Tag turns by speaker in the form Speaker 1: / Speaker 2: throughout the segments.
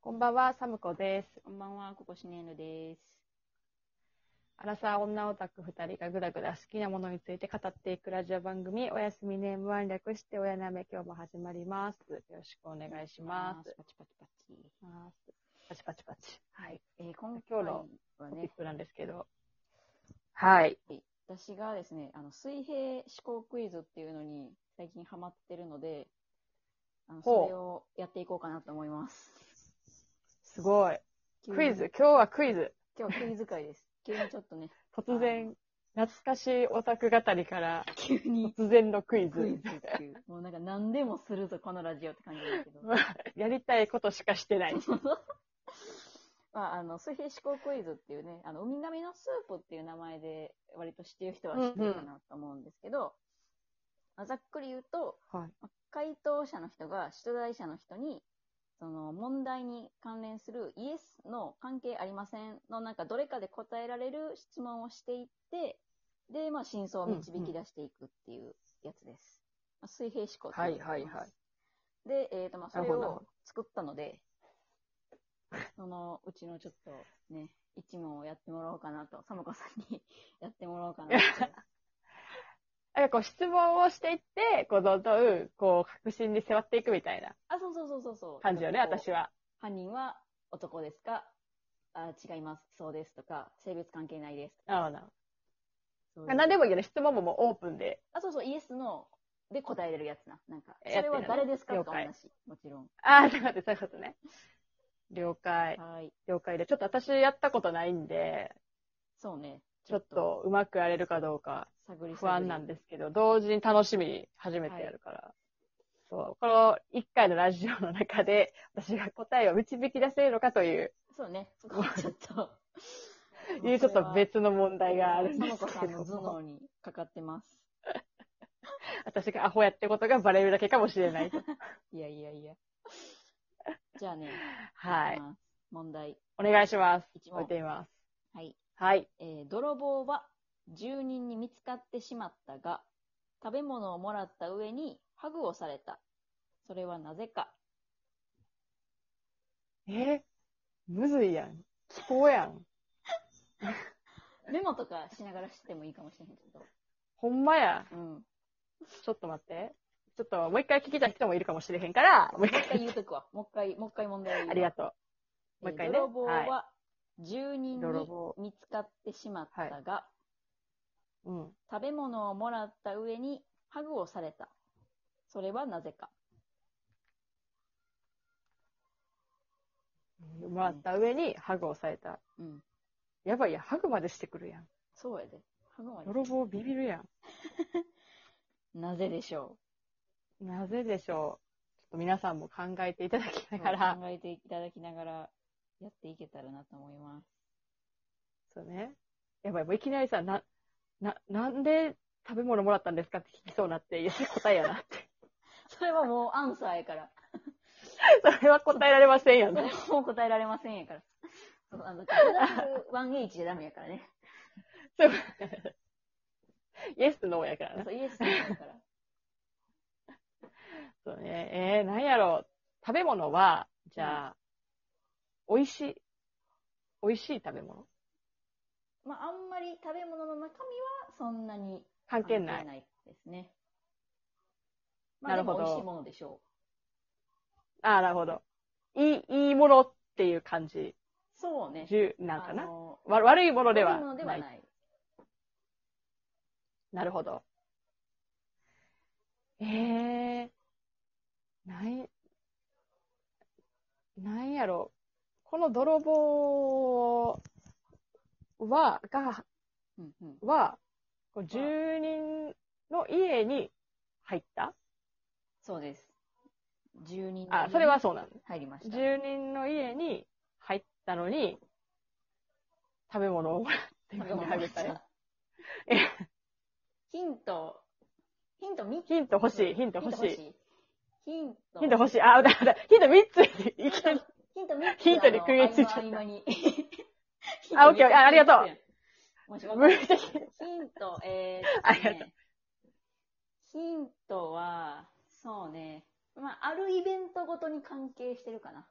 Speaker 1: こんばんは、サムコです。
Speaker 2: こんばんは、ここしねぬです。
Speaker 1: アラサー女オタク二人がぐだぐだ好きなものについて語っていくラジオ番組、おやすみネームワン略して、おやなめ、今日も始まります。よろしくお願いします。
Speaker 2: パチパチパチ。
Speaker 1: パチパチパチ。はい。
Speaker 2: えー、今
Speaker 1: 今
Speaker 2: 回
Speaker 1: 日の
Speaker 2: は
Speaker 1: トピッ
Speaker 2: ね、
Speaker 1: クなんですけど。はい。
Speaker 2: 私がですね、あの、水平思考クイズっていうのに最近ハマってるので、あの
Speaker 1: ほう
Speaker 2: それをやっていこうかなと思います。
Speaker 1: すごい。
Speaker 2: 急に
Speaker 1: クイズ、今日はクイズ。
Speaker 2: 今日クイズ会です。急にちょっとね、
Speaker 1: 突然、懐かしいオタク語りから、
Speaker 2: 急に
Speaker 1: 突然のクイ
Speaker 2: クイ
Speaker 1: ズ。
Speaker 2: ズっていう、もうなんか何でもするぞ、このラジオって感じだけど。
Speaker 1: やりたいことしかしてない。
Speaker 2: まあ、あの、水平思考クイズっていうね、あの、ウミガメのスープっていう名前で、割と知ってる人は知ってるかなと思うんですけど、まあざっくり言うと、
Speaker 1: はい。
Speaker 2: まあ回答者の人が出題者の人に、その問題に関連するイエスの関係ありませんのなんかどれかで答えられる質問をしていって、で、まあ真相を導き出していくっていうやつです。まあ水平思考ってうのがあります
Speaker 1: はいはいは
Speaker 2: で、えっ、と、まあそ
Speaker 1: なる
Speaker 2: れ
Speaker 1: ほどなるほ
Speaker 2: を作ったので、そのうちのちょっとね、一問をやってもらおうかなと、サムコさんに やってもらおうかなと。
Speaker 1: なんかこう質問をしていって、こう、どんどん、こう、確信に迫っていくみたいな
Speaker 2: あ、そうそうそうそうそう。
Speaker 1: 感じよね、
Speaker 2: なんかこう
Speaker 1: 私は。
Speaker 2: 犯人は男ですかあ違います。そうですとか、性別関係ないです。
Speaker 1: なるほ
Speaker 2: そうい
Speaker 1: ど。
Speaker 2: う
Speaker 1: 何でもいいよね、質問ももうオープンで。
Speaker 2: あ、そうそう、イエスので答えれるやつな。なんか、
Speaker 1: やって
Speaker 2: それ
Speaker 1: るね
Speaker 2: は誰ですか
Speaker 1: 了
Speaker 2: とか
Speaker 1: 解
Speaker 2: 話。もちろん。
Speaker 1: ああ、ちょっと待って、そういうことね。了解。
Speaker 2: はい。
Speaker 1: 了解で。ちょっと私やったことないんで、
Speaker 2: そうね。
Speaker 1: ちょっ、とうまくやれるかどうか
Speaker 2: 探り
Speaker 1: 不安なん
Speaker 2: で。
Speaker 1: ですけど、同時に楽しみに初めてやるから。そう。この1回のラジオの中で、私が答えを導き出せるのかという、。
Speaker 2: そうね。そこはちょっと
Speaker 1: いうちょっと別の問題があるんです
Speaker 2: サムコさ
Speaker 1: け
Speaker 2: んの
Speaker 1: ど
Speaker 2: 頭
Speaker 1: も、
Speaker 2: 脳にかかってます。
Speaker 1: 私がアホやってことがバレるだけかもしれない。
Speaker 2: いやいやいや。じゃあね。
Speaker 1: はい
Speaker 2: き。ます。問題。
Speaker 1: お願いします。
Speaker 2: 一問
Speaker 1: 置いてみます。
Speaker 2: はい。
Speaker 1: はい。
Speaker 2: えー泥棒は住人に見つかってしまったが、食べ物をもらった上にハグをされた。それはなぜか。
Speaker 1: えむずいやん。気候やん。
Speaker 2: メモとかしながらしてもいいかもしれへんけど。
Speaker 1: ほんまや。
Speaker 2: うん。
Speaker 1: ちょっと待って。ちょっともう一回聞きたい人もいるかもしれへんから、もう
Speaker 2: もう
Speaker 1: 一
Speaker 2: 一回
Speaker 1: 回。
Speaker 2: 言うとくわ。もう一回、もう一回問題を言うわ。
Speaker 1: ありがとう。もう一回ね。
Speaker 2: えー泥棒
Speaker 1: は
Speaker 2: は住人
Speaker 1: 泥
Speaker 2: に
Speaker 1: 棒
Speaker 2: 見つかってしまったが、
Speaker 1: い、うん。
Speaker 2: 食べ物をもらった上にハグをされた。それはなぜか。
Speaker 1: もらった上にハグをされた。
Speaker 2: うん。
Speaker 1: やばいやん、ハグまでしてくるやん。
Speaker 2: そうやで。ハグは
Speaker 1: 泥棒ビビるや
Speaker 2: なぜでしょ
Speaker 1: ん。なぜでしょう。ちょっと皆さんも考えていただきな
Speaker 2: う。
Speaker 1: がら。
Speaker 2: 考えていただきながらやっていけたらなと思います。
Speaker 1: そうね。やばい、もういきなりさ、な、な、なんで食べ物もらったんですかって聞きそうになって、いや、それ答えやなって。
Speaker 2: それはもうアンサーやから。
Speaker 1: それは答えられませんよ
Speaker 2: それ
Speaker 1: ね。
Speaker 2: はもう答えられませんやから。そう、あの、1H じゃダメやからね。
Speaker 1: そう イエス、ノーやからな。
Speaker 2: そう、イエスやから。
Speaker 1: そうね。えー、なんやろう。食べ物は、じゃあ、美味しい、美味しい食べ物
Speaker 2: まあ、あんまり食べ物の中身はそんなに
Speaker 1: 関係ない。
Speaker 2: ですね。まあ、
Speaker 1: な
Speaker 2: で
Speaker 1: るほど
Speaker 2: も美味しいものでしょ
Speaker 1: ああ、なるほど。いい、いいものっていう感じ。
Speaker 2: う。そうね。
Speaker 1: じゅなんかな。
Speaker 2: あの
Speaker 1: わ悪いもので
Speaker 2: 悪
Speaker 1: はい
Speaker 2: もので
Speaker 1: な。
Speaker 2: はいない。
Speaker 1: なるほど。ええー、ない、なんやろ。この泥棒は、が、
Speaker 2: うんうん。
Speaker 1: は、こう住人の家に入った
Speaker 2: そうです。住人の
Speaker 1: あ、それはそうなの。
Speaker 2: 入りました。
Speaker 1: 住人の家に入ったのに、食べ物をもらって
Speaker 2: 食べ物
Speaker 1: あげたい。え
Speaker 2: ヒント、ヒント3つ。
Speaker 1: ヒント欲しい、ヒント欲しい。
Speaker 2: ヒント
Speaker 1: ヒント欲しい。あ、だだ、ヒント3ついきなり。
Speaker 2: ヒント3つ。
Speaker 1: ヒントに食いついちゃった
Speaker 2: あの合 間に
Speaker 1: あオッケーオッケーありがとう
Speaker 2: う。もしも
Speaker 1: 無
Speaker 2: し
Speaker 1: 理的に。
Speaker 2: ヒント、えー、
Speaker 1: ありがとう
Speaker 2: う。ヒントは、そうね。まあ、あるイベントごとに関係してるかな。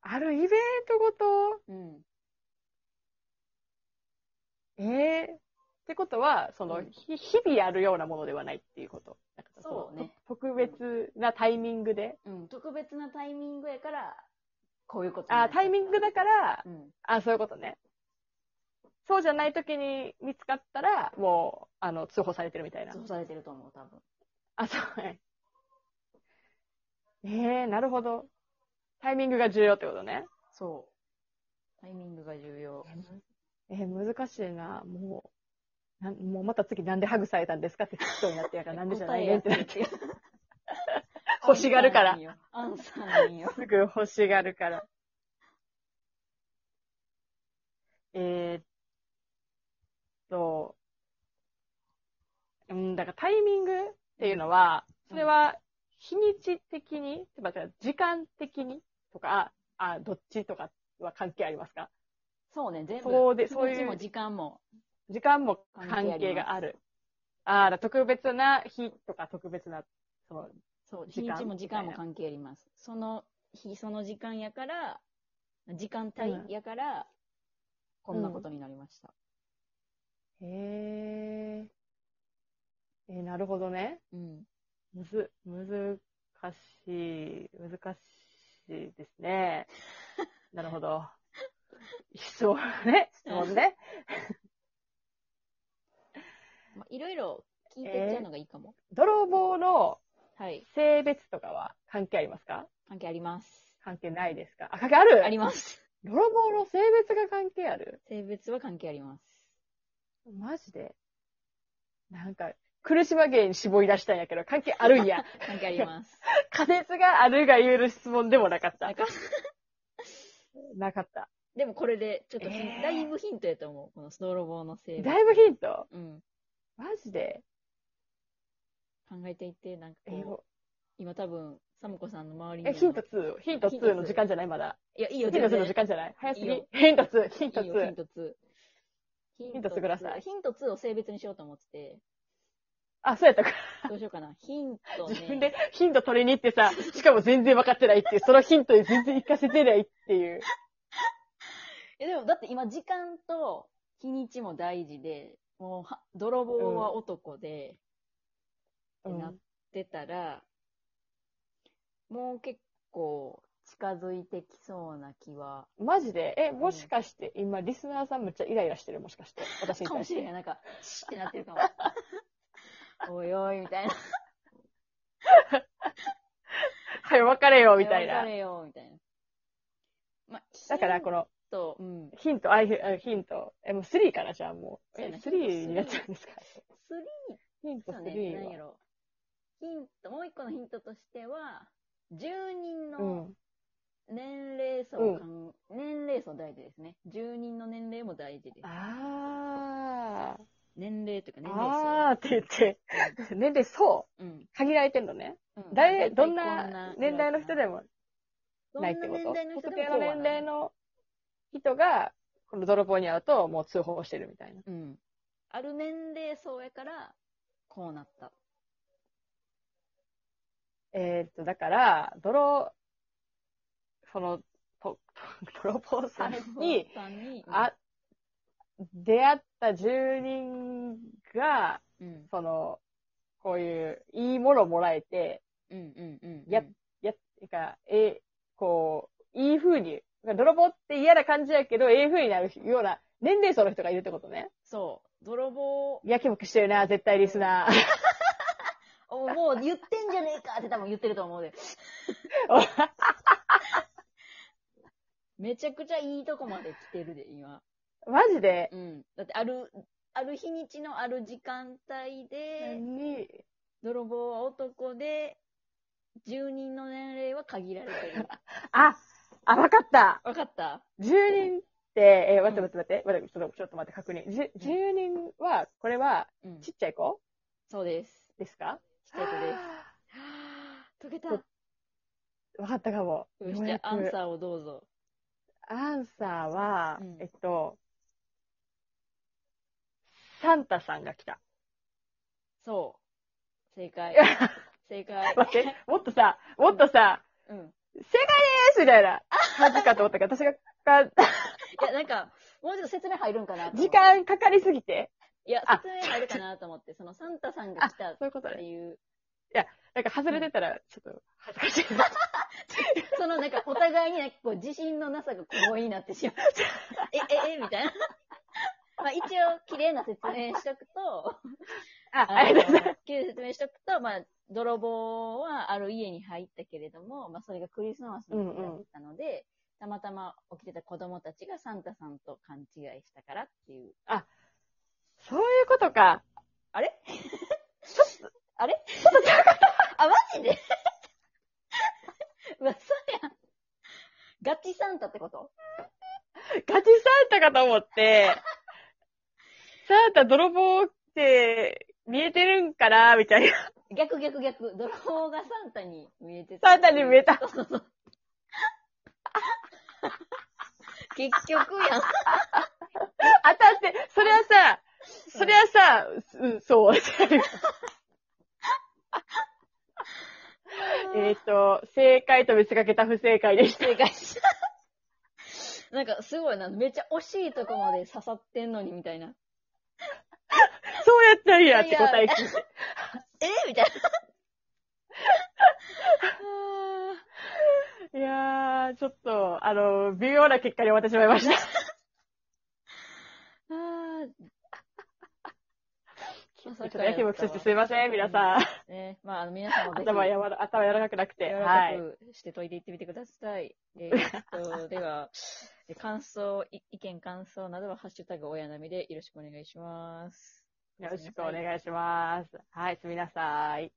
Speaker 1: あるイベントごと
Speaker 2: うん。
Speaker 1: ええってことは、その、
Speaker 2: うん
Speaker 1: ひ日々やるようなものではないっていうこと。なんか
Speaker 2: そうね
Speaker 1: と特別なタイミングで。
Speaker 2: うん。特別なタイミングやから、こういうことにな
Speaker 1: あ
Speaker 2: っちゃった
Speaker 1: タイミングだから、
Speaker 2: うん。
Speaker 1: あそういうことね。そうじゃない時に見つかったら、もう、あの、通報されてるみたいな
Speaker 2: 通。報されてると思う、多分。
Speaker 1: あ、そうね。ええなるほど。タイミングが重要ってことね。
Speaker 2: そう。タイミングが重要。
Speaker 1: えー難しいな。もう、なんもうまた次なんでハグされたんですかって聞きそうになってやから、なんでじゃないねんってなって。
Speaker 2: て。
Speaker 1: 欲しがるから。
Speaker 2: アンサーなんよ。アンサーなんよ
Speaker 1: すぐ欲しがるから。えー、っと、うん、だからタイミングっていうのは、それは日にち的に、てか時間的にとか、あ、どっちとかは関係ありますか
Speaker 2: そうね、全部。
Speaker 1: そうでそういう
Speaker 2: 気持ちも時間も。
Speaker 1: 時間も
Speaker 2: 関係
Speaker 1: 関
Speaker 2: あり
Speaker 1: 係
Speaker 2: ます
Speaker 1: がある。ああ、だから特別な日とか特別な、その、
Speaker 2: そう、
Speaker 1: 時
Speaker 2: 日に
Speaker 1: 間
Speaker 2: ちも時間も
Speaker 1: みたい
Speaker 2: 関係あります。その日、その時間やから、時間帯やから、こんなことになりました。
Speaker 1: へえ。えー、なるほどね。
Speaker 2: うん。
Speaker 1: むず、難しい、難しいです ね。なるほど。質問ね、質問ね。
Speaker 2: まあ、いろいろ聞いてっちゃうのがいいかも。
Speaker 1: 泥棒の
Speaker 2: はい。
Speaker 1: 性別とかは関係ありますか
Speaker 2: 関係あります。
Speaker 1: 関係ないですかあ、関係ある
Speaker 2: あります。
Speaker 1: 泥棒の性別が関係ある
Speaker 2: 性別は関係あります。
Speaker 1: マジでなんか、苦しま芸に絞り出したんやけど、関係ある んや。
Speaker 2: 関係あります。
Speaker 1: 仮説があるが言える質問でもなかった
Speaker 2: なん。か、
Speaker 1: なかった。
Speaker 2: でもこれで、ちょっとひ、
Speaker 1: えー
Speaker 2: だいぶヒントやと思う。このスノーロボーの性別。
Speaker 1: だいぶヒント
Speaker 2: うん。
Speaker 1: マジで
Speaker 2: 考えていって、なんか
Speaker 1: え
Speaker 2: こう、今多分、サムコさんの周りに
Speaker 1: え、
Speaker 2: も。
Speaker 1: ヒント2。ヒント2の時間じゃないまだ。
Speaker 2: いや、いい
Speaker 1: ヒ
Speaker 2: よ、
Speaker 1: ント2
Speaker 2: 全然
Speaker 1: の時間じゃない早すぎ
Speaker 2: いいよ。
Speaker 1: ヒント2。ヒント
Speaker 2: いいよヒ
Speaker 1: 2
Speaker 2: ン。ト2。ヒ
Speaker 1: ント2ください
Speaker 2: ヒント2を性別にしようと思ってて、
Speaker 1: あ、そうやったか。
Speaker 2: どうしようかな。ヒントね。
Speaker 1: 自分でヒント取りに行ってさ、しかも全然分かってないっていう、そのヒントに全然活かせてないっていう。
Speaker 2: え、でもだって今時間と日にちも大事で、もうは、泥棒は男で、
Speaker 1: う
Speaker 2: ってな出たら、もう結構近づいてきそうな気は、
Speaker 1: ん、マジでえ、もしかして、今、リスナーさんめっちゃイライラしてるもしかして。私に
Speaker 2: かも
Speaker 1: 対
Speaker 2: し
Speaker 1: し
Speaker 2: れな
Speaker 1: て。
Speaker 2: い。なんか、シッってなって るかも。おいおい、みたいな。
Speaker 1: はい、別れよ、みたい
Speaker 2: わ
Speaker 1: な
Speaker 2: か。れよ、みたいな。まあ、
Speaker 1: だから、こ
Speaker 2: の、
Speaker 1: の、
Speaker 2: と、うん。
Speaker 1: ヒント、あ、あヒント。え、もう3かな、じゃあもう。
Speaker 2: そう
Speaker 1: え
Speaker 2: や、な
Speaker 1: 3になっちゃうんですか
Speaker 2: スリー
Speaker 1: ヒント
Speaker 2: そうね、なん
Speaker 1: 3
Speaker 2: や
Speaker 1: は。
Speaker 2: ろ。ヒント、もう一個のヒントとしては、住人
Speaker 1: う
Speaker 2: の
Speaker 1: ん。
Speaker 2: 年齢層
Speaker 1: うん
Speaker 2: かん、年齢層大事ですね。住人の年齢も大事です。
Speaker 1: あー。
Speaker 2: 年齢というか年
Speaker 1: あー
Speaker 2: 齢
Speaker 1: って言って、年齢そう
Speaker 2: 層。うん。
Speaker 1: 限られてんのね。
Speaker 2: うん
Speaker 1: 誰、
Speaker 2: 大体
Speaker 1: どん
Speaker 2: こ
Speaker 1: な年代の人でも
Speaker 2: どん
Speaker 1: な
Speaker 2: ない
Speaker 1: ってこと
Speaker 2: 年代の人
Speaker 1: 特
Speaker 2: で
Speaker 1: 定
Speaker 2: も
Speaker 1: の
Speaker 2: こうは
Speaker 1: 年
Speaker 2: な
Speaker 1: 齢
Speaker 2: い。
Speaker 1: の人が、この泥棒に会うと、もう通報してるみたいな。
Speaker 2: うん。ある年齢層やから、こうなった。
Speaker 1: えーっと、だから、泥、その、と、 と泥棒さんに、
Speaker 2: さんに、
Speaker 1: あ、出会った住人が、
Speaker 2: うん、
Speaker 1: その、こういう、いいものもらえて、
Speaker 2: うん、うん、うん。
Speaker 1: やや、てか、え、こう、いい風に、泥棒って嫌な感じやけど、ええ風になるような年齢層の人がいるってことね。
Speaker 2: そう。泥棒
Speaker 1: やきもきしてるな、絶対リスナー。
Speaker 2: おもう言ってんじゃねえかって多分言ってると思うで。 めちゃくちゃいいとこまで来てるで、今。
Speaker 1: マジで。
Speaker 2: うん。だって、ある、ある日にちのある時間帯で、
Speaker 1: に、
Speaker 2: 泥棒は男で、住人の年齢は限られてる。
Speaker 1: あ、あ、わかった。
Speaker 2: わかった
Speaker 1: 住人って、えー待って待って待って、待ってちょっとちょっと待って、確認。じゅ住人は、これは、
Speaker 2: うん
Speaker 1: ち。っちゃい子
Speaker 2: そうです。
Speaker 1: ですか
Speaker 2: ちっちゃい子です。
Speaker 1: す。
Speaker 2: は ぁ、解けた。
Speaker 1: そうわかったかも。
Speaker 2: そして、アン
Speaker 1: ー。
Speaker 2: サーをどうぞ。
Speaker 1: アンサーは、
Speaker 2: うん
Speaker 1: えっと、サンタさんが来た。
Speaker 2: そう。正解。 正解。
Speaker 1: 待って、もっとさ、もっとさ、
Speaker 2: うん。
Speaker 1: 正解ですみたいな。マジかと思ったけど、私がか、
Speaker 2: いや、なんか、もうちょっと説明入るんかなと思って
Speaker 1: 時間かかりすぎて、
Speaker 2: いや、
Speaker 1: あ
Speaker 2: 説明入るかなと思って、そのサンタさんが来たっ
Speaker 1: そういうこと
Speaker 2: て
Speaker 1: ね。
Speaker 2: いう、
Speaker 1: なんか外れてたら、ちょっと恥ずかしい。
Speaker 2: そのなんかお互いになんかこう自信のなさが小声になってしまう。 え、え、え、みたいな。 まあ一応、綺麗な説明しとくと、
Speaker 1: あ、 あ
Speaker 2: あ
Speaker 1: りが
Speaker 2: の
Speaker 1: とうございます。、
Speaker 2: 綺麗な説明しとくと、まあ、泥棒はある家に入ったけれども、まあそれがクリスマスの日だったので、たまたま起きてた子供たちがサンタさんと勘違いしたからっていう。
Speaker 1: そういうことか。
Speaker 2: あれあれあ、マジでうわ、そうやん。ガチサンタってこと
Speaker 1: ガチサンタかと思って、サンタ泥棒って見えてるんかなみたいな。
Speaker 2: 逆逆逆。泥棒がサンタに見えて
Speaker 1: サンタに見えた
Speaker 2: そうそうそう結局や
Speaker 1: 当
Speaker 2: ん。
Speaker 1: たって、それはさ、 それはさ、うん、そう。えっと、正解と見せかけた不正解でした。
Speaker 2: 正解した。なんかすごいな。めっちゃ惜しいとこまで刺さってんのにみたいな。
Speaker 1: そうやったんやって答え聞いて。
Speaker 2: えみたい な。
Speaker 1: いやー、ちょっと、あの、微妙な結果に終わってしまいました。
Speaker 2: あー
Speaker 1: ちょ
Speaker 2: まさ
Speaker 1: っと
Speaker 2: かやったわ
Speaker 1: やきもきしてすいません、皆さん。
Speaker 2: ね、まあ、あの、皆さんもぜひ、
Speaker 1: 頭やわら、頭柔らかくなくて。
Speaker 2: 柔ら
Speaker 1: は
Speaker 2: か
Speaker 1: い。
Speaker 2: くして解いていってみてください。えーっと、では、え感想、い意見、感想などは、ハッシュタグ、親並みでよろしくお願いします。
Speaker 1: よろしくお願いします。はい、すみなさい。